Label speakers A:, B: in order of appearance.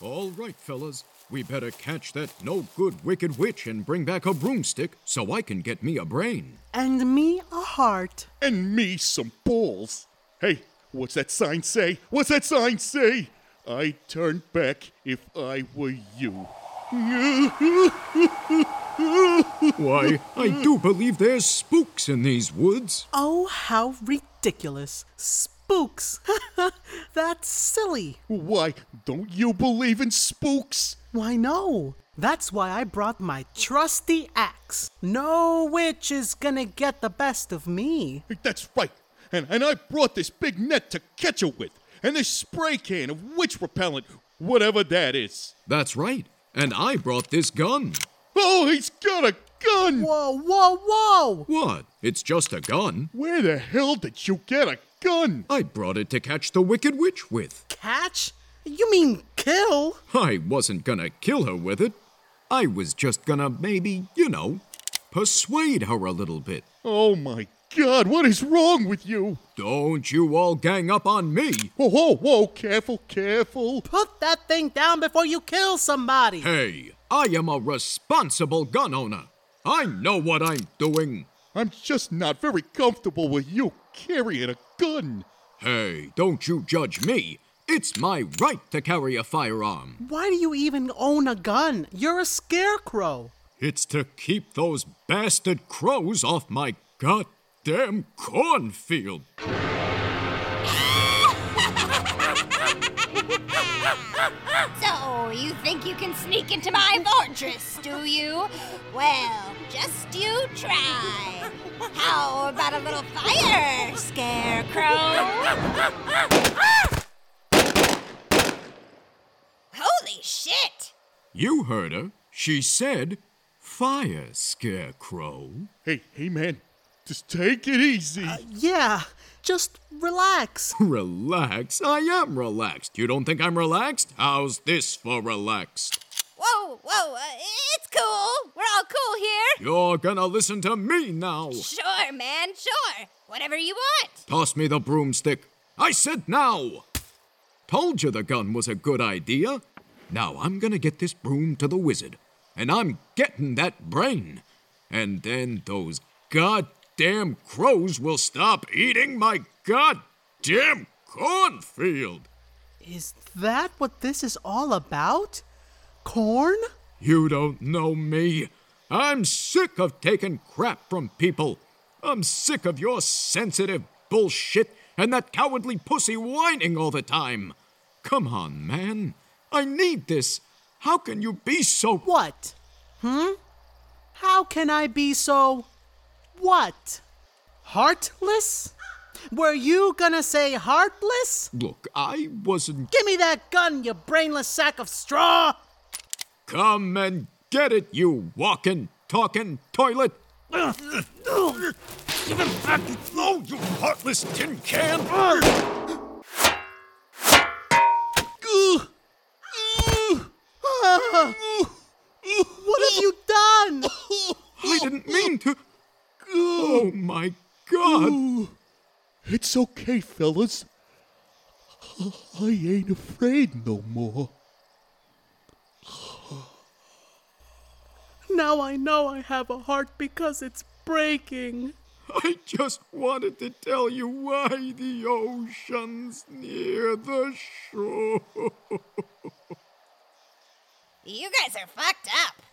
A: All right, fellas. We better catch that no good wicked witch and bring back a broomstick so I can get me a brain.
B: And me a heart.
C: And me some balls. Hey, what's that sign say? What's that sign say? I turn back if I were you.
A: Why, I do believe there's spooks in these woods.
B: Oh, how ridiculous. Spooks. That's silly.
C: Why, don't you believe in spooks?
B: Why, no. That's why I brought my trusty axe. No witch is gonna get the best of me.
C: That's right. And, and I brought this big net to catch her with, and this spray can of witch repellent, whatever that is.
A: That's right. And I brought this gun.
C: Oh, he's got a gun!
B: Whoa, whoa, whoa!
A: What? It's just a gun.
C: Where the hell did you get a gun?
A: I brought it to catch the wicked witch with.
B: Catch? You mean kill?
A: I wasn't gonna kill her with it. I was just gonna maybe, you know, persuade her a little bit.
C: Oh my god, what is wrong with you?
A: Don't you all gang up on me.
C: Whoa, whoa, whoa, careful, careful.
B: Put that thing down before you kill somebody.
A: Hey, I am a responsible gun owner. I know what I'm doing.
C: I'm just not very comfortable with you carrying a gun.
A: Hey, don't you judge me. It's my right to carry a firearm.
B: Why do you even own a gun? You're a scarecrow.
A: It's to keep those bastard crows off my goddamn cornfield.
D: so, you think you can sneak into my fortress, do you? Well, just you try. How about a little fire, Scarecrow? Holy shit!
A: You heard her. She said, Fire, Scarecrow.
C: Hey, hey man, just take it easy.
B: Yeah, just relax.
A: Relax? I am relaxed. You don't think I'm relaxed? How's this for relaxed?
D: Whoa, whoa, uh, it's cool. We're all cool here.
A: You're gonna listen to me now.
D: Sure, man, sure. Whatever you want.
A: Toss me the broomstick. I said now. Told you the gun was a good idea. Now I'm gonna get this broom to the wizard, and I'm getting that brain. And then those goddamn crows will stop eating my goddamn cornfield.
B: Is that what this is all about? Corn?
A: You don't know me. I'm sick of taking crap from people. I'm sick of your sensitive bullshit and that cowardly pussy whining all the time. Come on, man. I need this. How can you be so.
B: What? Hmm? How can I be so. what? Heartless? Were you gonna say heartless?
A: Look, I wasn't.
B: Give me that gun, you brainless sack of straw!
A: Come and get it, you walking, talking toilet! Give it back, you throw, you heartless tin can!
B: What have you done?
A: I didn't mean to. Oh my god!
C: It's okay, fellas. I ain't afraid no more.
B: Now I know I have a heart because it's breaking.
A: I just wanted to tell you why the ocean's near the shore.
D: You guys are fucked up.